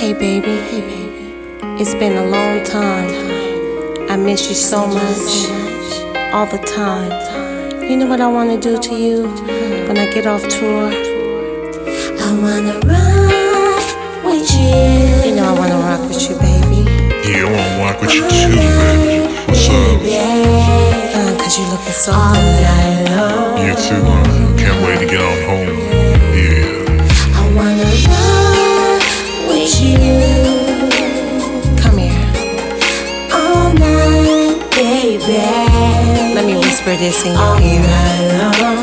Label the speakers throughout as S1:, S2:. S1: Hey baby, hey baby, it's been a long time. I miss you so much, all the time. You know what I wanna do to you when I get off tour?
S2: I wanna rock with you.
S1: You know I wanna rock with you, baby.
S3: Yeah, I wanna walk with you too, baby. What's up?
S1: Uh, cause you looking so good.
S3: You too, huh? Can't wait to get on home. Yeah.
S2: I wanna rock with you
S1: Come here,
S2: all night, baby.
S1: let me whisper this in your ear.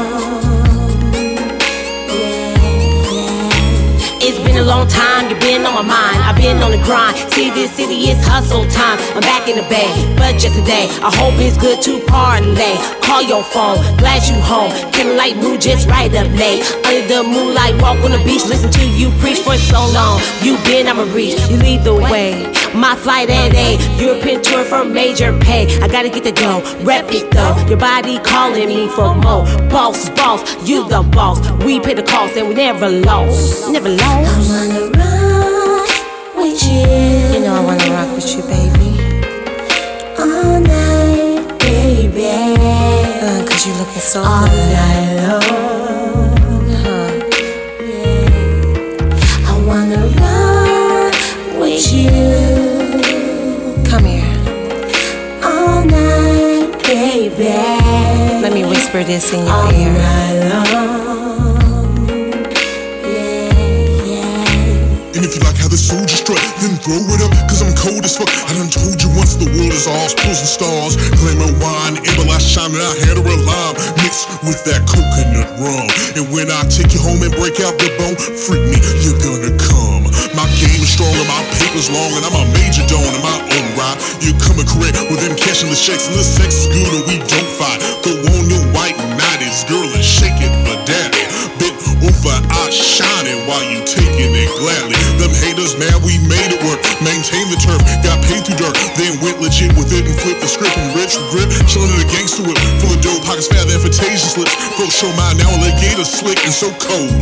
S4: It's been a long time, you've been on my mind. I've been on the grind. See, this city is hustle time. I'm back in the bay, but just today. I hope it's good to parlay. Call your phone, glad you home. Can light mood just right up late. Under the moonlight, walk on the beach, listen to you preach for so long. You been, I'ma reach. You lead the way. My flight at A, European tour for major pay. I gotta get the dough, rep it though. Your body calling me for more. Boss, boss, you the boss. We pay the cost and we never lost. Never lost.
S2: I wanna rock with you
S1: You know I wanna rock with you, baby.
S2: all night, baby.
S1: Uh, cause you looking so good. Uh-huh.
S2: I wanna rock with you
S1: Come here,
S2: all night, baby.
S1: let me whisper this in your ear.
S3: And if you like how the soldiers strut, then throw it up, cause I'm cold as fuck. I done told you once the world is ours, pools and stars. Glamour wine, ever I shine, and I had her alive. Mixed with that coconut rum. And when I take you home and break out the bone, freak me, you're gonna come. My game is strong and my paper's long, and I'm a major don in my own right. You're coming correct with them cashing the checks, and the sex is good, and we don't fight. Go on your white nighties, girl, and shake it for daddy. Bit over, I shine it while you taking it gladly. Them haters mad we made it work. Maintain the turf, got paid through dirt. Then went legit with it and flipped the script and rich grip. Chillin' in the gangster whip, full of dope pockets, fat invitation slips. Go show mine now, alligator slick and so cold.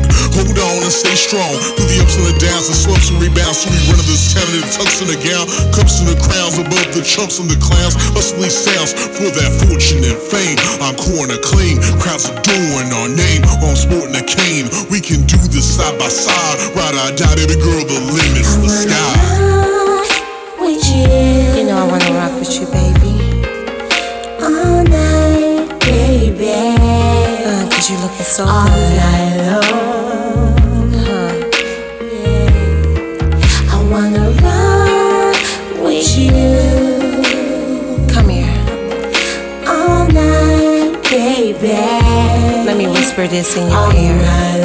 S3: Hold on and stay strong. Through the ups and the downs, the slumps and rebounds. So we run of this town and the tucks in the gown. Cups and the crowns above the chumps and the clowns. Hustling sounds for that fortune and fame. I'm core and acclaim. Crowds adoring our name. I'm sporting a cane. We can do this side by side. Ride or die, baby girl, the limit's the sky.
S2: Rock with you
S1: You know I wanna rock with you, baby.
S2: all night, baby.
S1: Uh, cause you looking so good. Uh-huh.
S2: I wanna rock with you
S1: Come here,
S2: all night, baby.
S1: let me whisper this in your ear.